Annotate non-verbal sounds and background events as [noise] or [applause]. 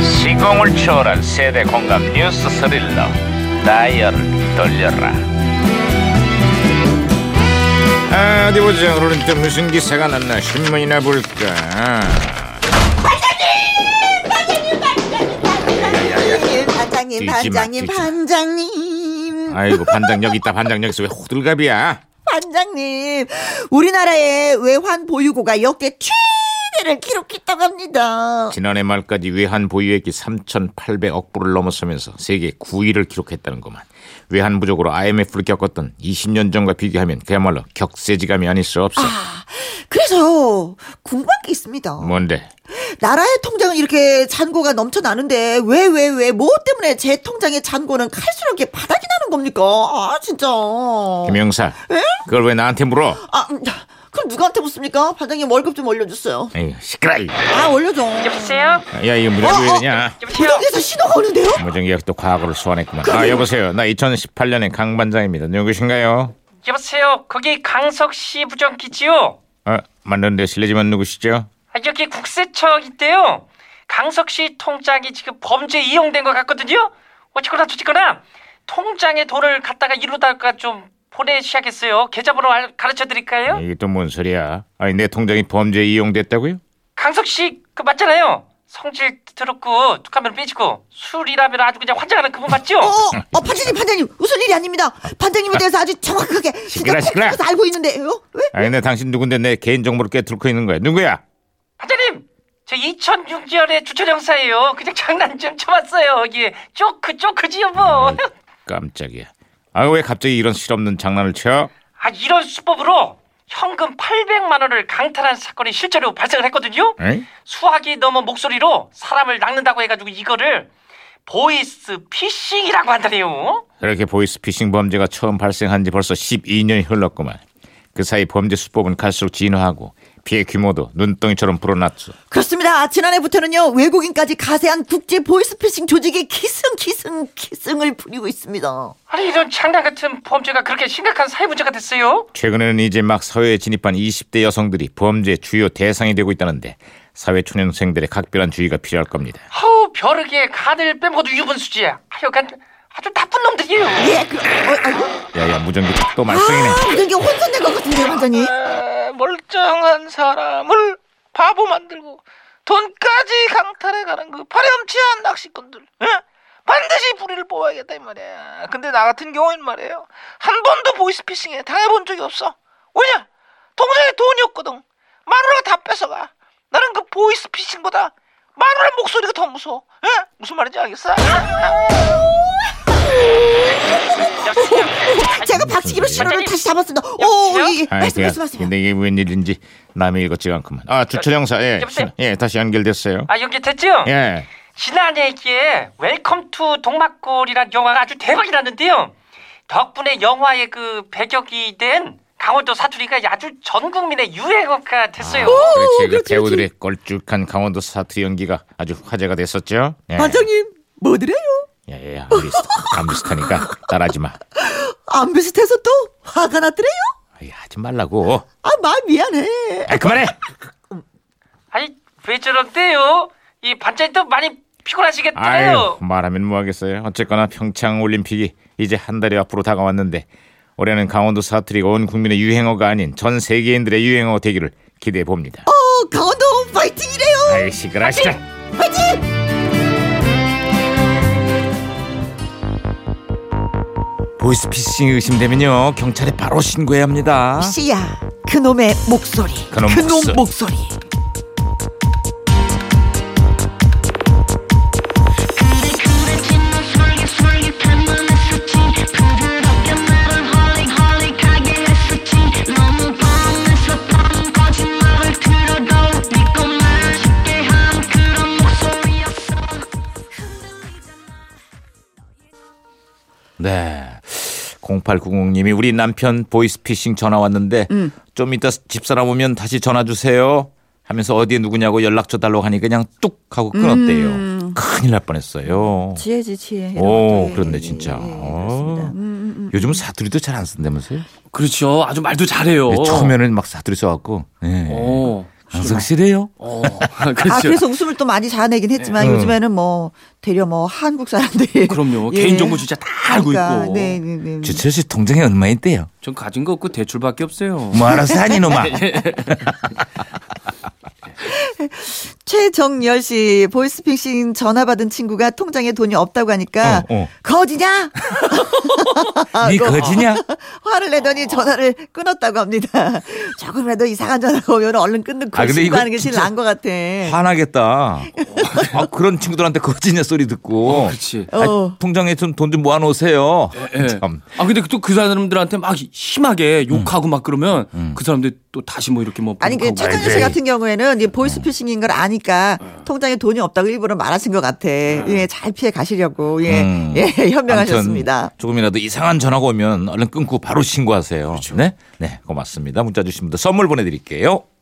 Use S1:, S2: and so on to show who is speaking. S1: 시공을 초월한 세대 공감 뉴스 스릴러 다이얼을 돌려라
S2: 아, 어디 보자. 오늘은 또 무슨 기사가 났나 신문이나 볼까. 뛰지
S3: 반장님,
S2: 아, 마,
S3: 반장님,
S2: 뛰지 마.
S3: 반장님,
S2: 아이고 반장 여기 있다. 반장 여기서 왜 호들갑이야?
S3: 반장님. 우리나라의 외환 보유고가 역대 최대를 기록했다고 합니다.
S2: 지난해 말까지 외환 보유액이 3,800억 불을 넘어서면서 세계 9위를 기록했다는구만. 외환 부족으로 IMF를 겪었던 20년 전과 비교하면 그야말로 격세지감이 아닐 수 없어.
S3: 그래서 궁금한 게 있습니다.
S2: 뭔데?
S3: 나라의 통장은 이렇게 잔고가 넘쳐나는데 왜 왜 왜 뭐 때문에 제 통장의 잔고는 칼수록 이렇게 바닥이 나는 겁니까? 아 진짜.
S2: 김영사. 그걸 왜 나한테 물어?
S3: 아 음, 그럼 누구한테 묻습니까? 반장님 월급 좀 올려주세요.
S2: 에이, 시끄러.
S3: 아 올려줘.
S4: 여보세요?
S2: 야 이거 무전기 왜
S3: 어, 어.
S2: 이러냐?
S4: 여보세요?
S3: 부동에서 신호가 오는데요?
S2: 무전기 역시 또 과거를 소환했구만. 아 여보세요. 나 2018년의 강 반장입니다. 누구신가요?
S4: 여보세요? 거기 강석 씨 부정기지요?
S2: 아, 맞는데 실례지만 누구시죠?
S4: 아, 여기 국세청인데요. 강석 씨 통장이 지금 범죄에 이용된 것 같거든요. 어쨌거나 저쨌거나 통장에 돈을 갖다가 이러다가 좀 보내셔야겠어요. 계좌번호 알- 가르쳐 드릴까요?
S2: 이게 또 뭔 소리야? 아니 내 통장이 범죄에 이용됐다고요?
S4: 강석 씨그 맞잖아요. 성질 더럽고 툭하면 삐지고 술이라면 아주 그냥 환장하는 그분 맞죠?
S3: 어, 어, 반장님, 반장님, 웃을 일이 아닙니다. 반장님에 대해서 아주 정확하게
S2: 시끄러,
S3: 진짜
S2: 시끄러.
S3: 콕 알고 있는데요. 왜?
S2: 아니 내 당신 누군데 내 개인 정보를 꿰뚫고 있는 거야? 누구야?
S4: 반장님! 저 2006년에 주철 형사예요. 그냥 장난 좀 쳐봤어요. 이게 쪼크 쪼크지요 뭐.
S2: 깜짝이야. 아 왜 갑자기 이런 실없는 장난을 쳐?
S4: 아 이런 수법으로 현금 800만 원을 강탈한 사건이 실제로 발생을 했거든요.
S2: 에이?
S4: 수학이 넘은 목소리로 사람을 낚는다고 해가지고 이거를 보이스 피싱이라고 한다네요.
S2: 그렇게 보이스피싱 범죄가 처음 발생한 지 벌써 12년이 흘렀구만. 그 사이 범죄 수법은 갈수록 진화하고 피해 규모도 눈덩이처럼 불어났어.
S3: 그렇습니다. 지난해부터는요, 외국인까지 가세한 국제 보이스피싱 조직이 기승, 기승, 기승을 부리고 있습니다.
S4: 아니 이런 장난 같은 범죄가 그렇게 심각한 사회 문제가 됐어요?
S2: 최근에는 이제 막 사회에 진입한 20대 여성들이 범죄의 주요 대상이 되고 있다는데 사회 초년생들의 각별한 주의가 필요할 겁니다.
S4: 하우 벼르게 간을 빼먹어도 유분수지야. 하여간 아주 나쁜 놈들이에요.
S3: 예, 그, 어, 아이고.
S2: 야야 무전기 또 말썽이네.
S3: 아, 이게 혼선된 것 같은데요, 반장님.
S5: 에, 멀쩡한 사람을 바보 만들고 돈까지 강탈해가는 그 파렴치한 낚시꾼들 에? 반드시 부리를 뽑아야겠다 이 말이야 근데 나 같은 경우엔 말이에요 한 번도 보이스피싱에 당해본 적이 없어 왜냐 통장에 돈이 없거든 마누라가 다 뺏어가 나는 그 보이스피싱보다 마누라 목소리가 더 무서워 에? 무슨 말인지 알겠어?
S3: 어, 제가 박치기로 신호를
S4: 반장님.
S3: 다시 잡았습니다. 오, 예, 예.
S2: 네. 아이,
S3: 말씀,
S2: 그냥,
S3: 말씀하세요.
S2: 근데 이게 웬일인지 남의 읽었지가 않구만. 아, 주철 형사, 예,
S4: 여보세요?
S2: 신- 예, 다시 연결됐어요.
S4: 아 연결됐죠?
S2: 예,
S4: 지난 얘기에 웰컴 투 동막골이란 영화가 아주 대박이 났는데요. 덕분에 영화의 그 배경이 된 강원도 사투리가 아주 전 국민의 유행어가 됐어요.
S2: 그렇지, 그
S3: 그렇지,
S2: 배우들의 껄쭉한 강원도 사투리 연기가 아주 화제가 됐었죠. 예.
S3: 반장님, 뭐드래요?
S2: 예, 예, 안, 비슷, 안 비슷하니까 따라하지 마.
S3: 안 비슷해서 또 화가 났더래요?
S2: 아이, 하지 말라고.
S3: 아, 마 미안해.
S2: 아, 그만해.
S4: 아니 왜 저런데요? 이 반찬도 많이
S2: 아유,
S4: 피곤하시겠더라요.
S2: 말하면 뭐하겠어요. 어쨌거나 평창 올림픽이 이제 한 달이 앞으로 다가왔는데 올해는 강원도 사투리가 온 국민의 유행어가 아닌 전 세계인들의 유행어 되기를 기대해 봅니다.
S3: 어, 강원도 파이팅이래요.
S2: 아이, 시끄러, 시끄러.
S3: 파이팅!
S2: 보이스피싱이 의심되면요 경찰에 바로 신고해야 합니다.
S3: 씨야 그놈의 목소리
S2: 그놈
S3: 그놈
S2: 목소리.
S3: 목소리
S2: 네. 0890님이 우리 남편 보이스피싱 전화 왔는데
S3: 음.
S2: 좀 이따 집사람 오면 다시 전화 주세요 하면서 어디에 누구냐고 연락처 달라고 하니 그냥 뚝 하고 끊었대요.
S3: 음.
S2: 큰일 날 뻔했어요.
S3: 지혜지 지혜
S2: 오, 그렇네 진짜.
S3: 예, 예,
S2: 어.
S3: 그렇습니다. 음.
S2: 요즘 은 사투리도 잘 안 쓴다면서요? 네, 어.
S6: 그렇죠. 아주 말도 잘해요.
S2: 처음에는 막 사투리 써갖고. 예.
S6: 어.
S2: 강석실이에요?
S6: 어, [laughs] 그렇죠.
S3: 아, 그래서 웃음을 또 많이 자아내긴 했지만
S2: 음.
S3: 요즘에는 뭐, 대려 뭐, 한국
S2: [laughs]
S3: 사람들이.
S6: 그럼요.
S3: 예.
S6: 개인정보 진짜 다 알고 있고.
S3: 네, 네, 네.
S2: 주철 씨 통장에 얼마 있대요?
S6: 전 가진 거 없고 대출밖에 없어요.
S2: 뭐 알아서 하니 놈아.
S3: [laughs] 최정열 씨, 보이스피싱 전화 받은 친구가 통장에 돈이 없다고 하니까,
S2: 어, 어.
S3: 거지냐? 아,
S2: 네 거지냐?
S3: 화를 내더니 전화를 끊었다고 합니다. [laughs] 조금이라도 이상한 전화가 오면 얼른 끊는 거
S2: 아, 근데 이거
S3: 신고하는 게 제일
S2: 진짜
S3: 나은 것 같아.
S2: 화나겠다. 아, 그런 친구들한테 거지냐 소리 듣고.
S6: 그렇지.
S2: 아,
S3: 어.
S2: 통장에 좀 돈 좀 모아놓으세요.
S6: 예.
S2: 참.
S6: 아 근데 또 그 사람들한테 막 심하게
S2: 음.
S6: 욕하고 막 그러면 그 사람들 또 다시 뭐 이렇게 뭐
S3: 아니 그
S6: 보복하고
S2: 네,
S3: 최정현 씨 같은 경우에는 이 보이스피싱인 걸 아니까 통장에 돈이 없다고 일부러 말하신 것 같아. 예, 잘 피해 가시려고 예,
S2: 네. 음.
S3: 예 [laughs] 현명하셨습니다.
S2: 아무튼 조금이라도 이상한 전화가
S3: 그렇죠.
S2: 오면 얼른 끊고 바로 신고하세요. 네, 네 고맙습니다. 문자 주신 분들 선물 보내드릴게요.